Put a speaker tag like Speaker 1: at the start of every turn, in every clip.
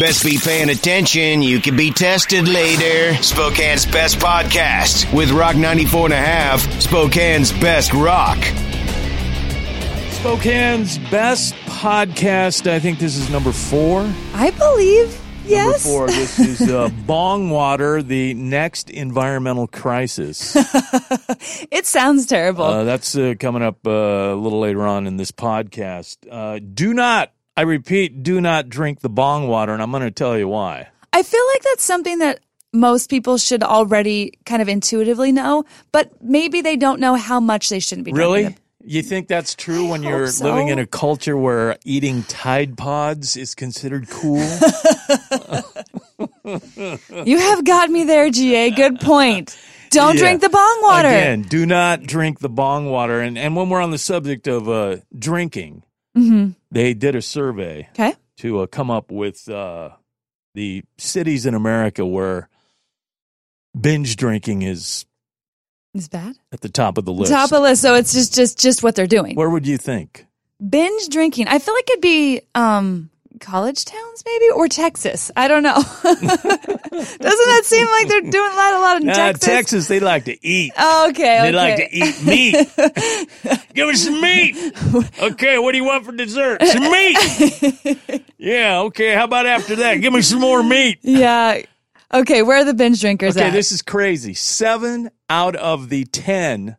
Speaker 1: Best be paying attention. You can be tested later. Spokane's best podcast with Rock 94 and a half, Spokane's best rock.
Speaker 2: Spokane's best podcast. I think this is number four.
Speaker 3: I believe.
Speaker 2: Number
Speaker 3: Yes.
Speaker 2: four. This is uh, Bong Water, the next environmental crisis.
Speaker 3: It sounds terrible.
Speaker 2: Uh, that's uh, coming up uh, a little later on in this podcast. Uh, do not, I repeat, do not drink the bong water, and I'm going to tell you why.
Speaker 3: I feel like that's something that most people should already kind of intuitively know, but maybe they don't know how much they shouldn't be drinking
Speaker 2: Really?
Speaker 3: it.
Speaker 2: You think that's true when you're
Speaker 3: hope
Speaker 2: living
Speaker 3: so.
Speaker 2: in a culture where eating Tide Pods is considered cool?
Speaker 3: You have got me there, GA. Good point. Don't
Speaker 2: Yeah.
Speaker 3: drink the bong water.
Speaker 2: Again, do not drink the bong water. And, and when we're on the subject of uh, drinking,
Speaker 3: Mm-hmm.
Speaker 2: they did a survey
Speaker 3: Okay.
Speaker 2: to uh, come up with uh, the cities in America where binge drinking is
Speaker 3: It's bad.
Speaker 2: at the top of the list.
Speaker 3: Top of list. So it's just, just, just what they're doing.
Speaker 2: Where would you think?
Speaker 3: Binge drinking. I feel like it'd be, um, college towns maybe or Texas. I don't know. Doesn't that seem like they're doing a lot, a lot in
Speaker 2: Nah,
Speaker 3: Texas?
Speaker 2: Uh, Texas, they like to eat.
Speaker 3: Okay. okay.
Speaker 2: They like to eat meat. Give us some meat. Okay, what do you want for dessert? Some meat. Yeah, okay. How about after that? Give me some more meat.
Speaker 3: Yeah. Okay, where are the binge drinkers
Speaker 2: Okay,
Speaker 3: at?
Speaker 2: this is crazy. Seven out of the 10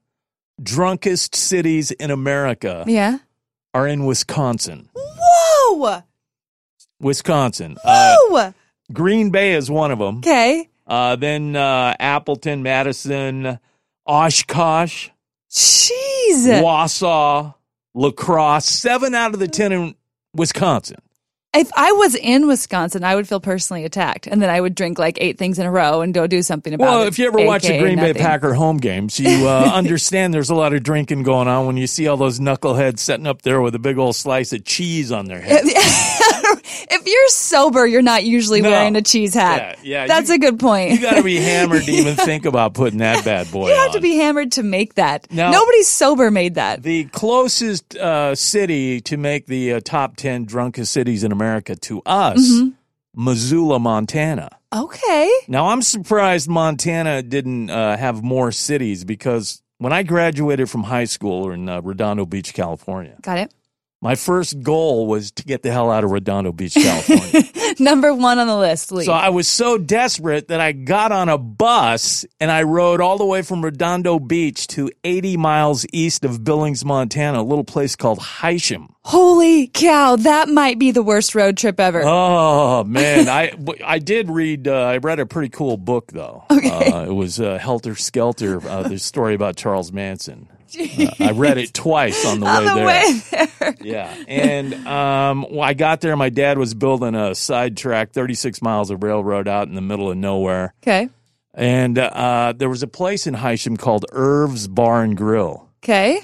Speaker 2: drunkest cities in America
Speaker 3: yeah.
Speaker 2: are in Wisconsin.
Speaker 3: Whoa!
Speaker 2: Wisconsin. Uh,
Speaker 3: Whoa!
Speaker 2: Green Bay is one of them.
Speaker 3: Okay.
Speaker 2: Uh, then uh, Appleton, Madison, Oshkosh,
Speaker 3: Jeez.
Speaker 2: Wausau, Lacrosse. Seven out of the 10 in Wisconsin.
Speaker 3: If I was in Wisconsin, I would feel personally attacked, and then I would drink like eight things in a row and go do something about it.
Speaker 2: Well, if you ever watch a
Speaker 3: AKA
Speaker 2: Green Bay
Speaker 3: nothing.
Speaker 2: Packer home games, you uh, understand there's a lot of drinking going on when you see all those knuckleheads sitting up there with a big old slice of cheese on their head.
Speaker 3: if you're sober, you're not usually
Speaker 2: No.
Speaker 3: wearing a cheese hat.
Speaker 2: Yeah, yeah,
Speaker 3: That's
Speaker 2: you-
Speaker 3: a good point.
Speaker 2: You got to be hammered to even think about putting that bad boy
Speaker 3: You have to
Speaker 2: on.
Speaker 3: be hammered to make that.
Speaker 2: No.
Speaker 3: Nobody sober made that.
Speaker 2: the closest uh, city to make the uh, top 10 drunkest cities in America to us,
Speaker 3: Mm-hmm.
Speaker 2: Missoula, Montana.
Speaker 3: Okay.
Speaker 2: Now, I'm surprised Montana didn't uh, have more cities because when I graduated from high school in uh, Redondo Beach, California,
Speaker 3: Got it.
Speaker 2: my first goal was to get the hell out of Redondo Beach, California.
Speaker 3: Number one on the list, Lee.
Speaker 2: so I was so desperate that I got on a bus and I rode all the way from Redondo Beach to 80 miles east of Billings, Montana, a little place called Hysham.
Speaker 3: Holy cow, that might be the worst road trip ever.
Speaker 2: Oh man, I w- I did read uh, I read a pretty cool book though. Uh, it was uh, Helter Skelter, uh, the story about Charles Manson. Uh, I read it twice on the way
Speaker 3: on the
Speaker 2: there.
Speaker 3: way there.
Speaker 2: Yeah, and um, when I got there, my dad was building a sidetrack, 36 miles of railroad out in the middle of nowhere,
Speaker 3: Okay.
Speaker 2: and uh, there was a place in Hysham called Irv's Bar and Grill.
Speaker 3: Okay.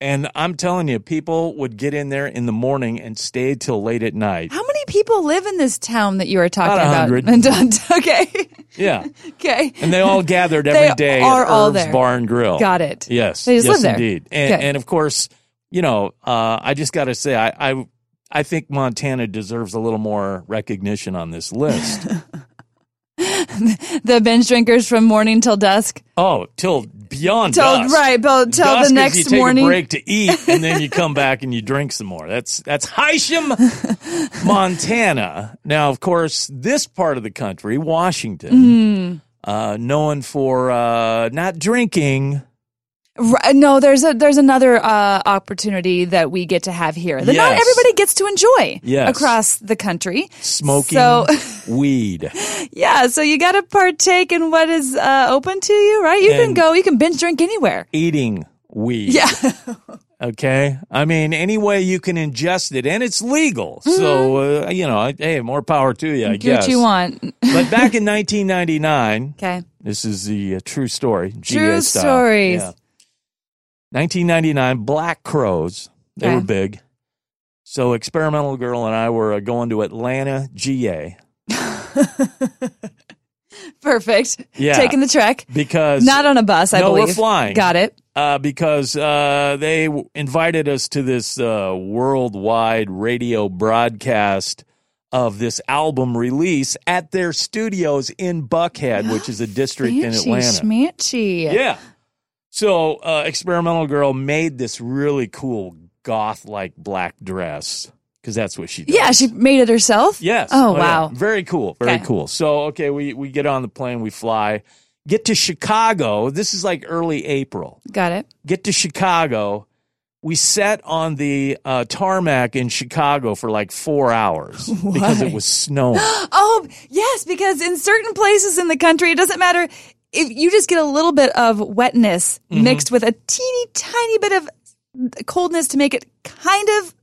Speaker 2: And I'm telling you, people would get in there in the morning and stay till late at night.
Speaker 3: How many people live in this town that you were talking
Speaker 2: About a
Speaker 3: about?
Speaker 2: hundred.
Speaker 3: And don't- okay.
Speaker 2: Yeah.
Speaker 3: Okay.
Speaker 2: And they all gathered
Speaker 3: They
Speaker 2: every day
Speaker 3: are
Speaker 2: at
Speaker 3: all
Speaker 2: Irv's
Speaker 3: there.
Speaker 2: Bar and Grill.
Speaker 3: Got it.
Speaker 2: Yes.
Speaker 3: They just
Speaker 2: yes,
Speaker 3: live there.
Speaker 2: indeed. And,
Speaker 3: Okay.
Speaker 2: and of course, you know, uh, I just got to say, I, I, I think Montana deserves a little more recognition on this list.
Speaker 3: The binge drinkers from morning till dusk.
Speaker 2: oh, till beyond
Speaker 3: Till
Speaker 2: dusk.
Speaker 3: right, till, till
Speaker 2: Dusk
Speaker 3: the
Speaker 2: is
Speaker 3: next
Speaker 2: you take
Speaker 3: morning.
Speaker 2: a break to eat, and then you come back and you drink some more. That's that's Hysham, Montana. Now, of course, this part of the country, Washington,
Speaker 3: Mm.
Speaker 2: uh, known for uh, not drinking.
Speaker 3: Right, no, there's a there's another uh, opportunity that we get to have here that not
Speaker 2: Yes.
Speaker 3: everybody gets to enjoy
Speaker 2: Yes.
Speaker 3: across the country.
Speaker 2: smoking
Speaker 3: So
Speaker 2: weed.
Speaker 3: yeah, so you got to partake in what is uh, open to you, right? You can
Speaker 2: And-
Speaker 3: go, you can binge drink anywhere.
Speaker 2: Eating weed.
Speaker 3: Yeah.
Speaker 2: Okay. I mean, any way you can ingest it, and it's legal. So, uh, you know, I- hey, more power to you, I
Speaker 3: Mm-hmm. Do
Speaker 2: guess.
Speaker 3: what you want.
Speaker 2: But back in 1999,
Speaker 3: Okay.
Speaker 2: this is the uh, true story.
Speaker 3: True
Speaker 2: GA style.
Speaker 3: stories.
Speaker 2: Yeah. 1999, Black Crows. They
Speaker 3: Okay.
Speaker 2: were big. So, Experimental Girl and I were uh, going to Atlanta, GA.
Speaker 3: Perfect.
Speaker 2: Yeah.
Speaker 3: Taking the trek.
Speaker 2: Because
Speaker 3: Not on a bus, I
Speaker 2: No, we're
Speaker 3: believe.
Speaker 2: flying.
Speaker 3: Got it.
Speaker 2: uh, because uh, they w- invited us to this uh, worldwide radio broadcast of this album release at their studios in Buckhead, which is a district in
Speaker 3: Fancy
Speaker 2: Atlanta.
Speaker 3: schmancy.
Speaker 2: Yeah. So, uh, Experimental Girl made this really cool goth like black dress because that's what she does.
Speaker 3: Yeah, she made it herself.
Speaker 2: Yes.
Speaker 3: Oh,
Speaker 2: yeah.
Speaker 3: wow.
Speaker 2: Very cool. Very
Speaker 3: Okay.
Speaker 2: cool. So, okay, we, we get on the plane, we fly, get to Chicago. This is like early April
Speaker 3: Got it.
Speaker 2: get to Chicago. We sat on the uh, tarmac in Chicago for like four hours because it was snowing.
Speaker 3: Oh, yes, because in certain places in the country, it doesn't matter if you just get a little bit of wetness
Speaker 2: Mm-hmm.
Speaker 3: mixed with a teeny tiny bit of coldness to make it kind of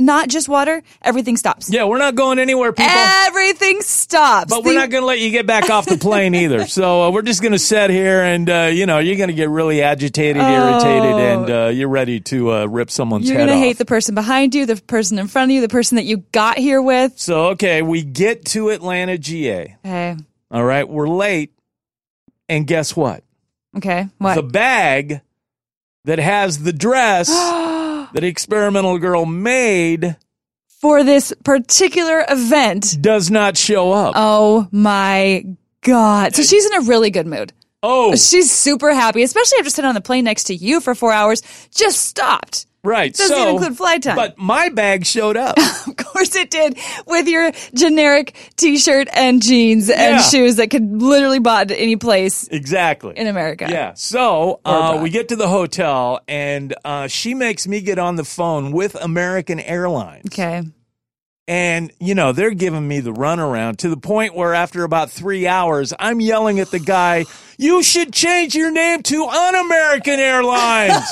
Speaker 3: not just water, everything stops.
Speaker 2: yeah, we're not going anywhere, people.
Speaker 3: Eh, Everything stops.
Speaker 2: but we're
Speaker 3: The-
Speaker 2: not going to let you get back off the plane either. So uh, we're just going to sit here and, uh, you know, you're going to get really agitated, irritated, and uh, you're ready to uh, rip someone's
Speaker 3: Oh. You're
Speaker 2: head
Speaker 3: gonna
Speaker 2: off.
Speaker 3: hate the person behind you, the person in front of you, the person that you got here with.
Speaker 2: so, okay, we get to Atlanta, GA.
Speaker 3: Okay.
Speaker 2: All right, we're late. And guess what?
Speaker 3: Okay. What?
Speaker 2: the bag that has the dress that experimental girl made
Speaker 3: For this particular event.
Speaker 2: does not show up.
Speaker 3: Oh my God. So she's in a really good mood.
Speaker 2: oh,
Speaker 3: She's super happy, especially after sitting on the plane next to you for four hours. Just stopped.
Speaker 2: right.
Speaker 3: doesn't
Speaker 2: so,
Speaker 3: even include flight time.
Speaker 2: But my bag showed up.
Speaker 3: Of course it did with your generic t shirt and jeans and
Speaker 2: Yeah.
Speaker 3: shoes that could literally bought at any place
Speaker 2: exactly.
Speaker 3: in America.
Speaker 2: yeah. So uh,
Speaker 3: Barbara.
Speaker 2: we get to the hotel, and uh, she makes me get on the phone with American Airlines.
Speaker 3: Okay.
Speaker 2: And, you know, they're giving me the runaround to the point where after about three hours, I'm yelling at the guy, you should change your name to Un American Airlines.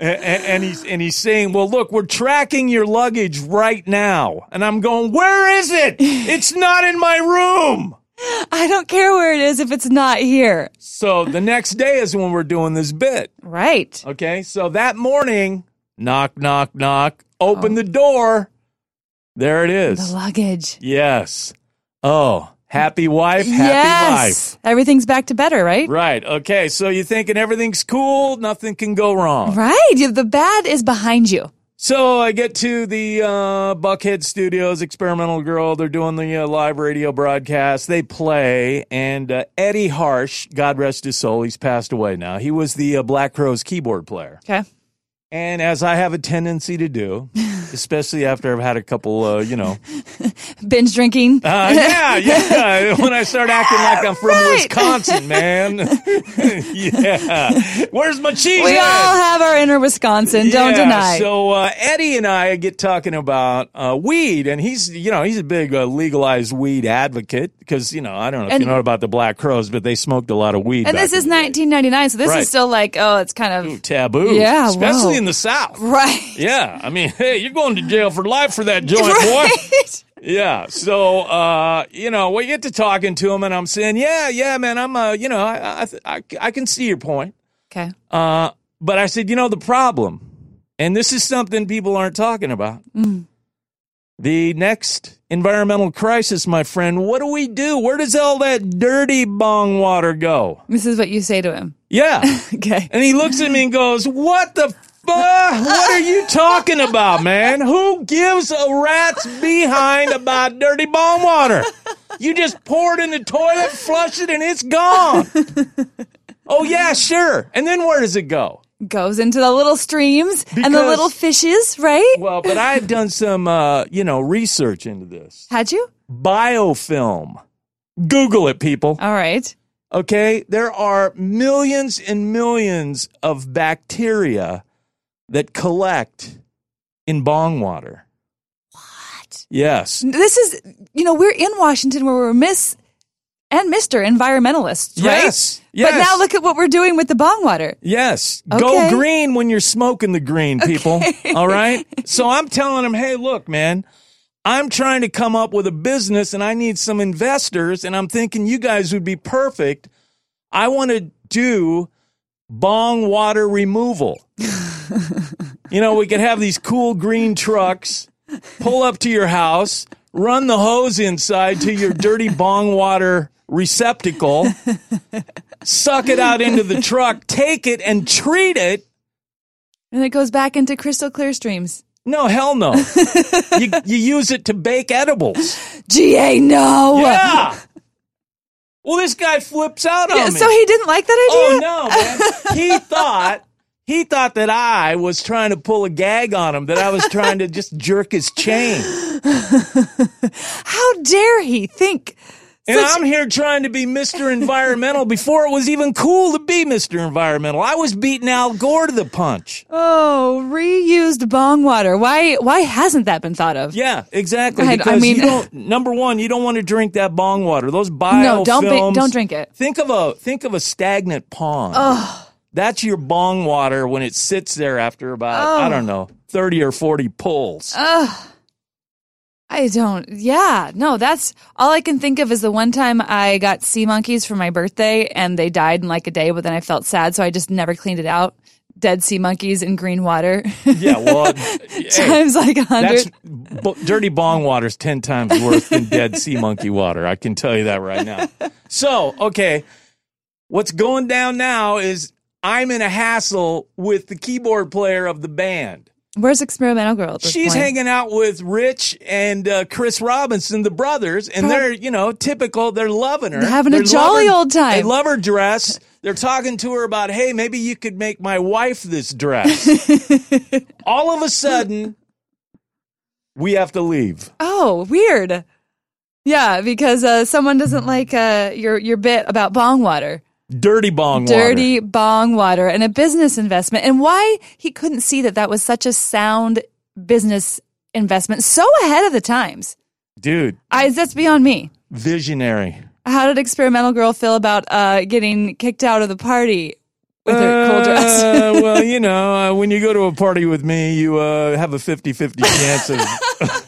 Speaker 2: A- a- and, he's and he's saying, "Well, look, we're tracking your luggage right now." And I'm going, "Where is it? It's not in my room."
Speaker 3: I don't care where it is if it's not here.
Speaker 2: So the next day is when we're doing this bit.
Speaker 3: Right.
Speaker 2: Okay, so that morning, knock, knock, knock. Open the door. There it is.
Speaker 3: Oh. The luggage.
Speaker 2: Yes. Oh, happy wife, happy
Speaker 3: yes. Everything's back to better, right?
Speaker 2: life. Right. Okay. So you're thinking everything's cool, nothing can go wrong.
Speaker 3: Right. You- The bad is behind you.
Speaker 2: So I get to the uh, Buckhead Studios, Experimental Girl. They're doing the uh, live radio broadcast. They play, and uh, Eddie Harsh, God rest his soul, he's passed away now. He was the uh, Black Crowes keyboard player.
Speaker 3: Okay.
Speaker 2: And as I have a tendency to do, especially after I've had a couple, uh, you know,
Speaker 3: Binge drinking.
Speaker 2: Uh, yeah, yeah. When I start acting like I'm from
Speaker 3: Right.
Speaker 2: Wisconsin, man. yeah. Where's my cheese?
Speaker 3: we
Speaker 2: at?
Speaker 3: all have our inner Wisconsin. Don't
Speaker 2: Yeah,
Speaker 3: deny.
Speaker 2: So uh, Eddie and I get talking about uh, weed, and he's you know he's a big uh, legalized weed advocate because you know I don't know if
Speaker 3: And-
Speaker 2: you know about the Black Crows, but they smoked a lot of weed.
Speaker 3: and
Speaker 2: back
Speaker 3: this
Speaker 2: in
Speaker 3: is
Speaker 2: the day.
Speaker 3: 1999, so this
Speaker 2: Right. Hmm.
Speaker 3: is still like, oh, it's kind of
Speaker 2: taboo.
Speaker 3: Yeah,
Speaker 2: especially
Speaker 3: whoa.
Speaker 2: in the South.
Speaker 3: right.
Speaker 2: Yeah, I mean, hey, you're going to jail for life for that joint, boy.
Speaker 3: Right.
Speaker 2: Yeah. So, uh, you know, we get to talking to him, and I'm saying, yeah, yeah, man, I'm, uh, you know, I, I, I, I can see your point.
Speaker 3: Okay.
Speaker 2: Uh, but I said, you know, the problem, and this is something people aren't talking about. The next environmental crisis, my friend, what do we do? Where does all that dirty bong water go?
Speaker 3: This is what you say to him.
Speaker 2: Yeah.
Speaker 3: Okay.
Speaker 2: And he looks at me and goes, What the fuck? What are you talking about, man? Who gives a rat's behind about dirty bomb water? You just pour it in the toilet, flush it, and it's gone. Oh, yeah, sure. And then where does it go?
Speaker 3: Goes into the little streams and the
Speaker 2: Because-
Speaker 3: little fishes, right?
Speaker 2: Well, but I have done some, uh, you know, research into this.
Speaker 3: Had you?
Speaker 2: Biofilm. Google it, people.
Speaker 3: All right.
Speaker 2: Okay, there are millions and millions of bacteria that collect in bong water. What? Yes.
Speaker 3: This is, you know, we're in Washington where we're Miss and Mister environmentalists, right?
Speaker 2: Yes.
Speaker 3: But
Speaker 2: Yes.
Speaker 3: now look at what we're doing with the bong water.
Speaker 2: Yes.
Speaker 3: Okay.
Speaker 2: Go green when you're smoking the green, people. All right? So I'm telling them, hey, look, man, I'm trying to come up with a business and I need some investors, and I'm thinking you guys would be perfect. I want to do bong water removal. you know, we could have these cool green trucks pull up to your house, run the hose inside to your dirty bong water receptacle suck it out into the truck, take it and treat it.
Speaker 3: And it goes back into crystal clear streams.
Speaker 2: No, hell no. you, you use it to bake edibles.
Speaker 3: GA, no.
Speaker 2: Yeah. Well, this guy flips out on
Speaker 3: Yeah,
Speaker 2: me.
Speaker 3: So he didn't like that
Speaker 2: oh
Speaker 3: idea?
Speaker 2: no, man. He thought he thought that I was trying to pull a gag on him, that I was trying to just jerk his chain.
Speaker 3: How dare he think?
Speaker 2: And I'm here trying to be Mr. Environmental before it was even cool to be Mr. Environmental. I was beating Al Gore to the punch.
Speaker 3: Oh, reused bong water. Why why hasn't that been thought of?
Speaker 2: Yeah, exactly.
Speaker 3: I- I
Speaker 2: Because
Speaker 3: mean-
Speaker 2: you don't, number one, you don't want to drink that bong water. Those biofilms.
Speaker 3: No, don't be- don't drink it.
Speaker 2: Think of a think of a stagnant pond. That's your bong water when it sits there after about I don't know thirty or forty pulls.
Speaker 3: I don't. Yeah. No, that's all I can think of is the one time I got sea monkeys for my birthday and they died in like a day, but then I felt sad, so I just never cleaned it out. Dead sea monkeys in green water.
Speaker 2: yeah, well, hey,
Speaker 3: Times like a
Speaker 2: that's
Speaker 3: hundred.
Speaker 2: bo- dirty bong water's ten times worse than dead sea monkey water. I can tell you that right now. So okay, what's going down now is I'm in a hassle with the keyboard player of the band.
Speaker 3: Where's experimental girl? At this
Speaker 2: She's
Speaker 3: point?
Speaker 2: hanging out with Rich and uh, Chris Robinson, the brothers, and they're you know typical. They're loving her,
Speaker 3: They're having a jolly
Speaker 2: loving-
Speaker 3: old time.
Speaker 2: They love her dress. They're talking to her about, hey, maybe you could make my wife this dress. All of a sudden, we have to leave.
Speaker 3: Oh, weird. Yeah, because uh, someone doesn't
Speaker 2: Hmm.
Speaker 3: like uh, your your bit about bong water.
Speaker 2: Dirty bong water.
Speaker 3: dirty bong water and a business investment and why he couldn't see that that was such a sound business investment so ahead of the times
Speaker 2: dude.
Speaker 3: I, that's beyond me
Speaker 2: Visionary.
Speaker 3: how did experimental girl feel about uh, getting kicked out of the party with her cool dress
Speaker 2: Uh, well, you know, uh, when you go to a party with me, you uh, have a 50-50 chance of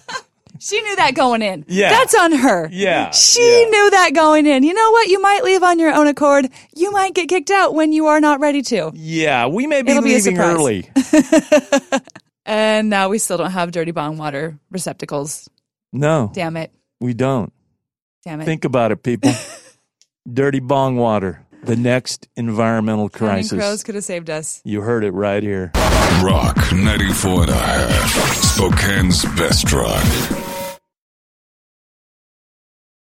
Speaker 3: she knew that going in
Speaker 2: Yeah.
Speaker 3: that's on her
Speaker 2: Yeah,
Speaker 3: she
Speaker 2: yeah.
Speaker 3: knew that going in you know what you might leave on your own accord you might get kicked out when you are not ready to
Speaker 2: yeah. We may be
Speaker 3: It'll be a
Speaker 2: leaving
Speaker 3: surprise.
Speaker 2: early.
Speaker 3: and now we still don't have dirty bong water receptacles
Speaker 2: No,
Speaker 3: damn it
Speaker 2: we don't.
Speaker 3: damn it
Speaker 2: Think about it, people. Dirty bong water, the next environmental
Speaker 3: Counting
Speaker 2: crisis.
Speaker 3: crows could have saved us
Speaker 2: You heard it right here.
Speaker 4: Rock 94 and a half. Spokane's best rock.